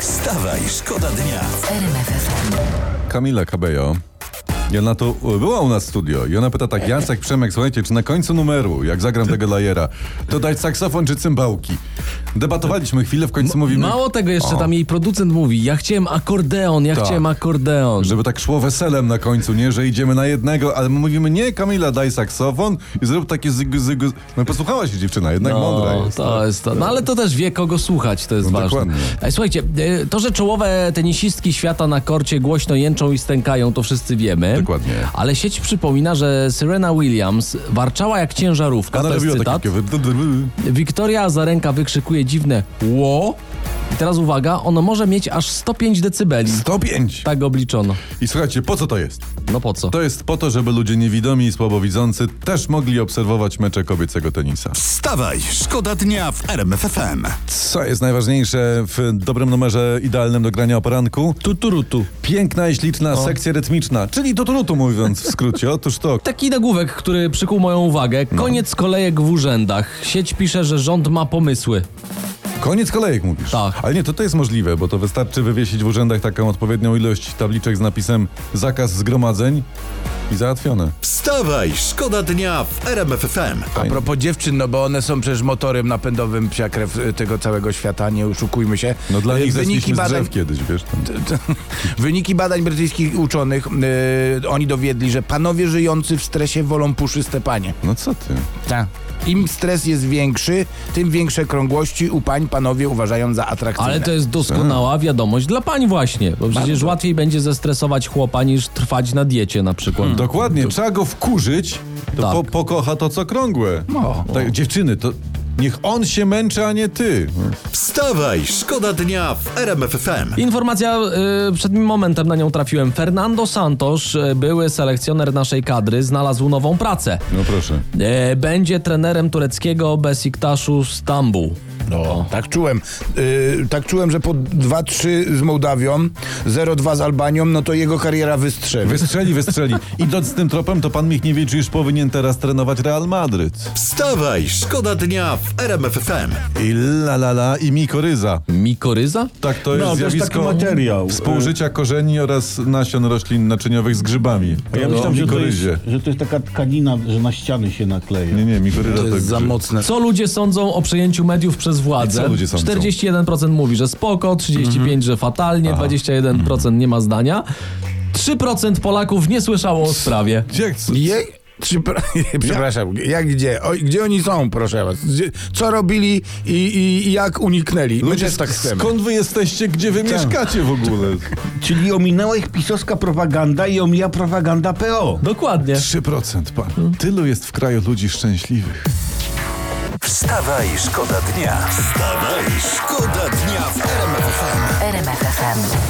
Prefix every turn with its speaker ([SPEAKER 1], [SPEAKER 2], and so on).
[SPEAKER 1] Wstawaj, szkoda dnia.
[SPEAKER 2] RMF FM.
[SPEAKER 3] Kamila Cabello. I ona tu e, była u nas w studio i ona pyta tak, Jacek, Przemek, słuchajcie, czy na końcu numeru, jak zagram tego lajera, to dać saksofon czy cymbałki? Debatowaliśmy chwilę, w końcu mówimy,
[SPEAKER 4] Mało tego jeszcze,
[SPEAKER 3] O.
[SPEAKER 4] tam jej producent mówi, ja chciałem akordeon, ja
[SPEAKER 3] Tak.
[SPEAKER 4] chciałem akordeon.
[SPEAKER 3] żeby tak szło weselem na końcu, nie, że idziemy na jednego, ale my mówimy, nie, Kamila, daj saksofon i zrób takie zygu, zygu. No posłuchała się dziewczyna, jednak mądra jest.
[SPEAKER 4] No,
[SPEAKER 3] tak.
[SPEAKER 4] To jest to. No ale to też wie, kogo słuchać, to jest
[SPEAKER 3] No,
[SPEAKER 4] ważne.
[SPEAKER 3] dokładnie.
[SPEAKER 4] Ej, Słuchajcie, y, to, że czołowe tenisistki świata na korcie głośno jęczą i stękają, to wszyscy wiemy.
[SPEAKER 3] Dokładnie.
[SPEAKER 4] Ale sieć przypomina, że Serena Williams warczała jak ciężarówka,
[SPEAKER 3] Ona
[SPEAKER 4] to jest
[SPEAKER 3] robiła
[SPEAKER 4] cytat.
[SPEAKER 3] takie...
[SPEAKER 4] Wiktoria Azarenka wykrzykuje dziwne ło. I teraz uwaga, ono może mieć aż 105 decybeli.
[SPEAKER 3] 105!
[SPEAKER 4] Tak obliczono.
[SPEAKER 3] I słuchajcie, po co to jest?
[SPEAKER 4] No po co?
[SPEAKER 3] To jest po to, żeby ludzie niewidomi i słabowidzący też mogli obserwować mecze kobiecego tenisa.
[SPEAKER 1] Wstawaj, szkoda dnia w RMFFM.
[SPEAKER 3] Co jest najważniejsze w dobrym numerze idealnym do grania o poranku? Tuturutu. Piękna i śliczna sekcja rytmiczna, czyli tuturutu mówiąc w skrócie. Otóż to.
[SPEAKER 4] Taki nagłówek, który przykuł moją uwagę.
[SPEAKER 3] No.
[SPEAKER 4] Koniec kolejek w urzędach. Sieć pisze, że rząd ma pomysły.
[SPEAKER 3] Koniec kolejek mówisz.
[SPEAKER 4] Tak.
[SPEAKER 3] Ale nie, to, to jest możliwe, bo to wystarczy wywiesić w urzędach taką odpowiednią ilość tabliczek z napisem zakaz zgromadzeń i załatwione.
[SPEAKER 1] Wstawaj, szkoda dnia w RMFFM.
[SPEAKER 5] A
[SPEAKER 3] Fajnie.
[SPEAKER 5] propos dziewczyn, no bo one są przecież motorem napędowym psia krew y, tego całego świata, nie oszukujmy się.
[SPEAKER 3] No dla
[SPEAKER 5] Y,
[SPEAKER 3] nich zeszliśmy z
[SPEAKER 5] badań,
[SPEAKER 3] drzew kiedyś, wiesz. Tam.
[SPEAKER 5] wyniki badań brytyjskich uczonych, y, oni dowiedli, że panowie żyjący w stresie wolą puszyste panie.
[SPEAKER 3] No co ty?
[SPEAKER 5] Ta. Im stres jest większy, tym większe krągłości u pań panowie uważają za atrakcyjne.
[SPEAKER 4] Ale to jest
[SPEAKER 3] Tak.
[SPEAKER 4] doskonała wiadomość dla pań właśnie. Bo przecież łatwiej będzie zestresować chłopa niż trwać na diecie na przykład.
[SPEAKER 3] Hmm. Dokładnie, trzeba go wkurzyć, to
[SPEAKER 4] Tak.
[SPEAKER 3] po, pokocha to, co krągłe.
[SPEAKER 5] No.
[SPEAKER 3] Tak, dziewczyny, to niech on się męczy, a nie ty.
[SPEAKER 1] Wstawaj, szkoda dnia w RMFFM.
[SPEAKER 4] Informacja, y, przed tym momentem na nią trafiłem. Fernando Santos, y, były selekcjoner naszej kadry, znalazł nową pracę.
[SPEAKER 3] No proszę.
[SPEAKER 4] Y, będzie trenerem tureckiego Besiktaszu Stambuł.
[SPEAKER 5] No, tak czułem. Y, tak czułem, że po 2-3 z Mołdawią, 0-2 z Albanią, no to jego kariera wystrzeli.
[SPEAKER 3] Wystrzeli, wystrzeli. Idąc tym tropem, to pan Michniewicz już powinien teraz trenować Real Madryt.
[SPEAKER 1] Wstawaj, szkoda dnia w RMFFM.
[SPEAKER 3] I la la la i mikoryza.
[SPEAKER 4] Mikoryza?
[SPEAKER 3] Tak, to jest
[SPEAKER 6] No, to jest
[SPEAKER 3] zjawisko
[SPEAKER 6] taki materiał.
[SPEAKER 3] współżycia korzeni oraz nasion roślin naczyniowych z grzybami.
[SPEAKER 6] A ja myślałem,
[SPEAKER 3] o
[SPEAKER 6] że to, jest,
[SPEAKER 3] mikoryzie.
[SPEAKER 6] że to jest taka tkanina, że na ściany się nakleja.
[SPEAKER 3] Nie, nie, mikoryza
[SPEAKER 5] To
[SPEAKER 3] to, tak,
[SPEAKER 5] jest za
[SPEAKER 3] grzyb.
[SPEAKER 5] mocne.
[SPEAKER 4] Co ludzie sądzą o przejęciu mediów przez władzę?
[SPEAKER 3] I co ludzie sądzą? Mhm.
[SPEAKER 4] 41% mówi, że spoko, 35% że fatalnie, 21% nie ma zdania. 3% Polaków nie słyszało o sprawie.
[SPEAKER 3] Gdzie chcesz?
[SPEAKER 5] Jej? Czy, pra- przepraszam, jak gdzie? O, gdzie oni są, proszę was? Gdzie, co robili i, i, i jak uniknęli? My też tak chcemy.
[SPEAKER 3] skąd wy jesteście, gdzie
[SPEAKER 6] Tak.
[SPEAKER 3] wy mieszkacie w ogóle?
[SPEAKER 6] Czyli ominęła ich pisowska propaganda i omija propaganda PO.
[SPEAKER 4] Dokładnie.
[SPEAKER 3] 3% pan. Tylu jest w kraju ludzi szczęśliwych.
[SPEAKER 1] Wstawaj, szkoda dnia. Wstawaj, szkoda dnia w RMFFM.
[SPEAKER 2] RMF FM.